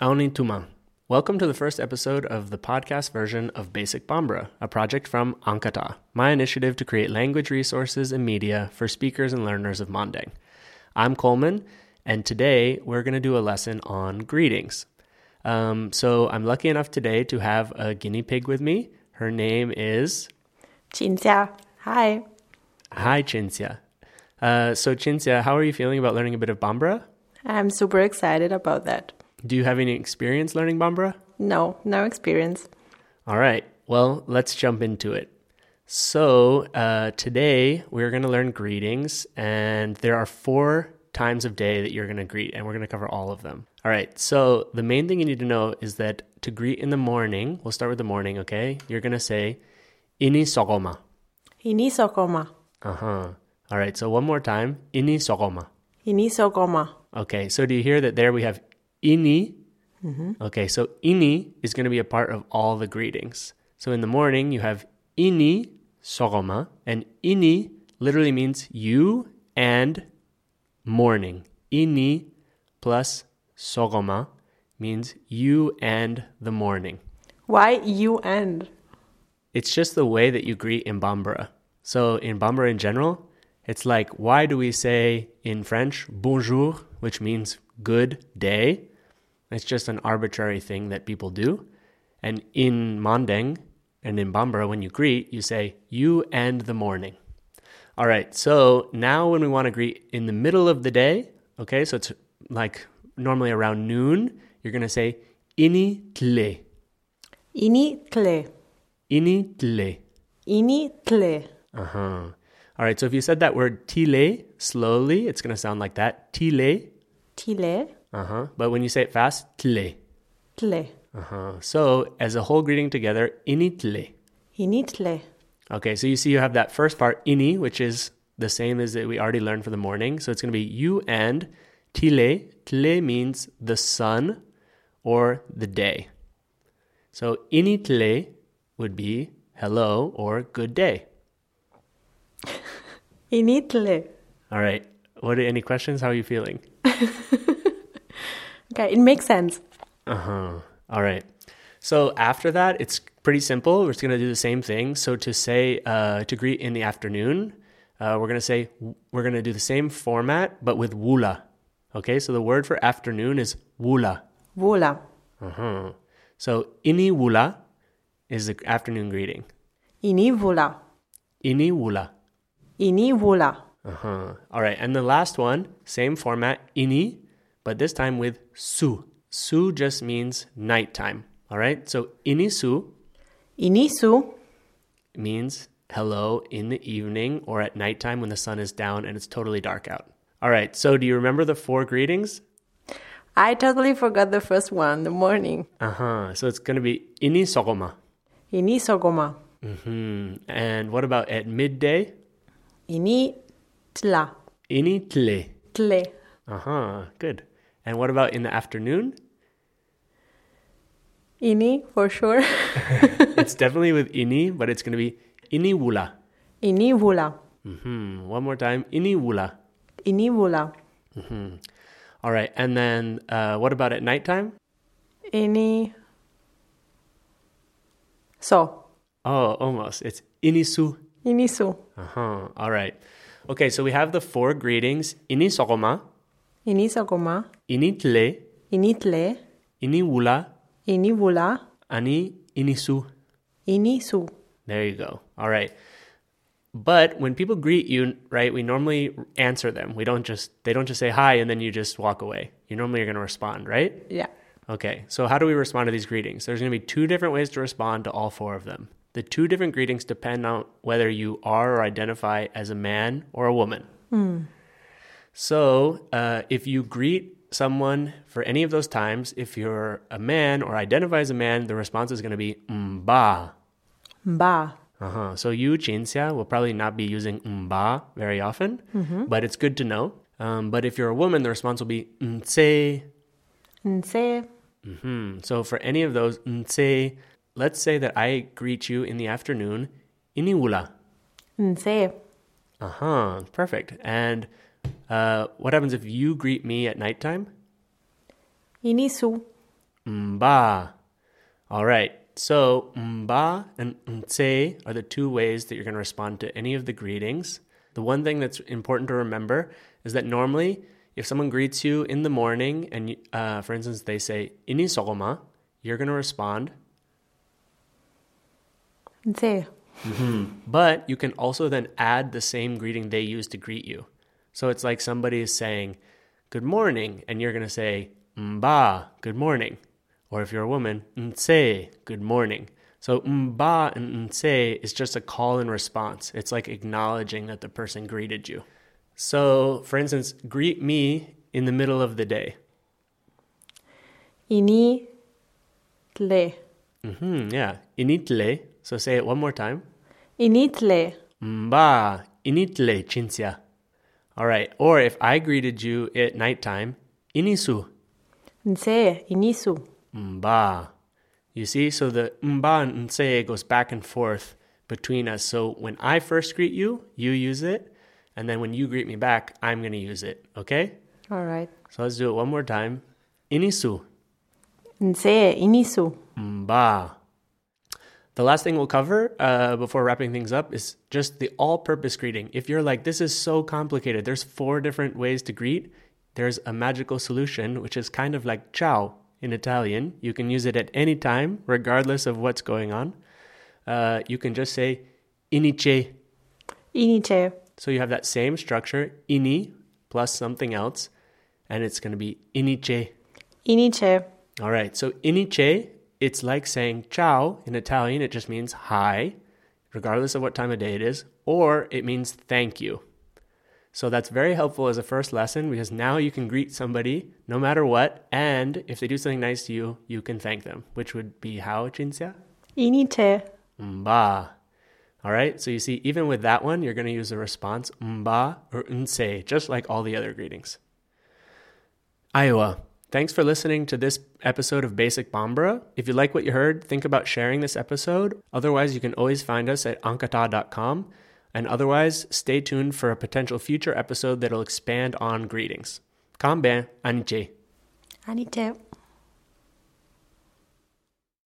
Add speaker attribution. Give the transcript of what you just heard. Speaker 1: Aoni Tuma. Welcome to the first episode of the podcast version of Basic Bambara, a project from Ankata, my initiative to create language resources and media for speakers and learners of Mandang. I'm Coleman, and today we're going to do a lesson on greetings. Um, so I'm lucky enough today to have a guinea pig with me. Her name is
Speaker 2: Jinxia. Hi.
Speaker 1: Hi Chinzia. Uh, so Chinzia, how are you feeling about learning a bit of Bambara?
Speaker 2: I'm super excited about that.
Speaker 1: Do you have any experience learning Bambara?
Speaker 2: No, no experience.
Speaker 1: All right. Well, let's jump into it. So, uh, today we're going to learn greetings, and there are four times of day that you're going to greet, and we're going to cover all of them. All right. So, the main thing you need to know is that to greet in the morning, we'll start with the morning, okay? You're going to say, Ini sogoma.
Speaker 2: Inisokoma.
Speaker 1: Uh huh. All right. So, one more time, Ini sogoma.
Speaker 2: Inisokoma.
Speaker 1: Okay. So, do you hear that there we have ini? Okay. So, ini is going to be a part of all the greetings. So, in the morning, you have ini sogoma, and ini literally means you and morning. Ini plus sogoma means you and the morning.
Speaker 2: Why you and?
Speaker 1: It's just the way that you greet in Bambara. So in Bambara in general, it's like why do we say in French bonjour, which means good day? It's just an arbitrary thing that people do. And in Mandeng and in Bambara, when you greet, you say you and the morning. All right, so now when we want to greet in the middle of the day, okay, so it's like normally around noon, you're going to say ini tle,
Speaker 2: Ini tle.
Speaker 1: ini tle.
Speaker 2: Ini tle.
Speaker 1: Uh huh. All right. So if you said that word tile slowly, it's going to sound like that. Tile.
Speaker 2: Tile.
Speaker 1: Uh huh. But when you say it fast, tile.
Speaker 2: Tle.
Speaker 1: Uh huh. So as a whole greeting together, ini tile.
Speaker 2: Ini tle.
Speaker 1: Okay. So you see, you have that first part, ini, which is the same as that we already learned for the morning. So it's going to be you and tile. Tile means the sun or the day. So ini tile would be hello or good day.
Speaker 2: Ini tle.
Speaker 1: All right. What? Any questions? How are you feeling?
Speaker 2: Okay, it makes sense.
Speaker 1: Uh huh. All right. So after that, it's pretty simple. We're just gonna do the same thing. So to say uh, to greet in the afternoon, uh, we're gonna say we're gonna do the same format but with wula. Okay. So the word for afternoon is wula.
Speaker 2: Vola.
Speaker 1: Uh huh. So ini wula is the afternoon greeting.
Speaker 2: Ini vola.
Speaker 1: Ini wula.
Speaker 2: Ini vola.
Speaker 1: Uh huh. All right. And the last one, same format, ini, but this time with su. Su just means nighttime. All right. So ini su
Speaker 2: Ini su.
Speaker 1: means hello in the evening or at nighttime when the sun is down and it's totally dark out. All right. So do you remember the four greetings?
Speaker 2: I totally forgot the first one, the morning.
Speaker 1: Uh huh. So it's going to be ini sogoma.
Speaker 2: Ini sogoma.
Speaker 1: Hmm. And what about at midday?
Speaker 2: Ini tla.
Speaker 1: Ini tle.
Speaker 2: Tle.
Speaker 1: Uh huh. Good. And what about in the afternoon?
Speaker 2: Ini for sure.
Speaker 1: it's definitely with ini, but it's going to be ini wula.
Speaker 2: Ini vola.
Speaker 1: hmm One more time, ini wula.
Speaker 2: Ini vola.
Speaker 1: All right, and then uh, what about at nighttime?
Speaker 2: Ini so.
Speaker 1: Oh, almost. It's inisu.
Speaker 2: Ini su.
Speaker 1: Uh huh. All right. Okay, so we have the four greetings: ini sogoma,
Speaker 2: Ini sogoma.
Speaker 1: ini tle,
Speaker 2: Ini tle.
Speaker 1: ini wula,
Speaker 2: Ini vola.
Speaker 1: ani inisu.
Speaker 2: Ini su.
Speaker 1: There you go. All right. But when people greet you, right, we normally answer them. We don't just they don't just say hi and then you just walk away. You normally are going to respond, right?
Speaker 2: Yeah.
Speaker 1: Okay, so how do we respond to these greetings? There's going to be two different ways to respond to all four of them. The two different greetings depend on whether you are or identify as a man or a woman. So uh, if you greet someone for any of those times, if you're a man or identify as a man, the response is going to be mba.
Speaker 2: Ba.
Speaker 1: Uh-huh. So you, Jinxia, will probably not be using mba very often, but it's good to know. Um, but if you're a woman, the response will be mtse
Speaker 2: Nse.
Speaker 1: Hmm, So for any of those, nse, let's say that I greet you in the afternoon, iniwula.
Speaker 2: Nse.
Speaker 1: Uh huh. Perfect. And uh, what happens if you greet me at nighttime?
Speaker 2: Ini su.
Speaker 1: mba. All right. So mba and nse are the two ways that you're going to respond to any of the greetings. The one thing that's important to remember is that normally, if someone greets you in the morning, and you- uh, for instance they say inisogoma, you're going to respond.
Speaker 2: There.
Speaker 1: But you can also then add the same greeting they use to greet you. So it's like somebody is saying, Good morning, and you're going to say, Mba, good morning. Or if you're a woman, Nse, good morning. So Mba and Nse is just a call and response. It's like acknowledging that the person greeted you. So, for instance, greet me in the middle of the day.
Speaker 2: Ini tle.
Speaker 1: hmm yeah, initle. So say it one more time.
Speaker 2: Ini tle.
Speaker 1: Mba, initle chinsia. All right. Or if I greeted you at nighttime, inisu,
Speaker 2: Nse. Inisu.
Speaker 1: mba. You see, so the mba and nse goes back and forth between us. So when I first greet you, you use it. And then when you greet me back, I'm going to use it. Okay?
Speaker 2: All right.
Speaker 1: So let's do it one more time. Inisu,
Speaker 2: Nse. Inisu.
Speaker 1: mba. Mm, The last thing we'll cover uh, before wrapping things up is just the all purpose greeting. If you're like, this is so complicated, there's four different ways to greet, there's a magical solution, which is kind of like ciao in Italian. You can use it at any time, regardless of what's going on. Uh, you can just say inice.
Speaker 2: Inice.
Speaker 1: So you have that same structure, ini plus something else, and it's going to be inice.
Speaker 2: Inice.
Speaker 1: All right. So inice, it's like saying ciao in Italian. It just means hi, regardless of what time of day it is, or it means thank you. So that's very helpful as a first lesson because now you can greet somebody no matter what, and if they do something nice to you, you can thank them, which would be how Cinzia?
Speaker 2: Inice.
Speaker 1: Mba. All right. So you see, even with that one, you're going to use the response mba or unse, just like all the other greetings. Iowa. Thanks for listening to this episode of Basic Bombra. If you like what you heard, think about sharing this episode. Otherwise, you can always find us at ankata.com. And otherwise, stay tuned for a potential future episode that'll expand on greetings. Kambe, aniche.
Speaker 2: Anice.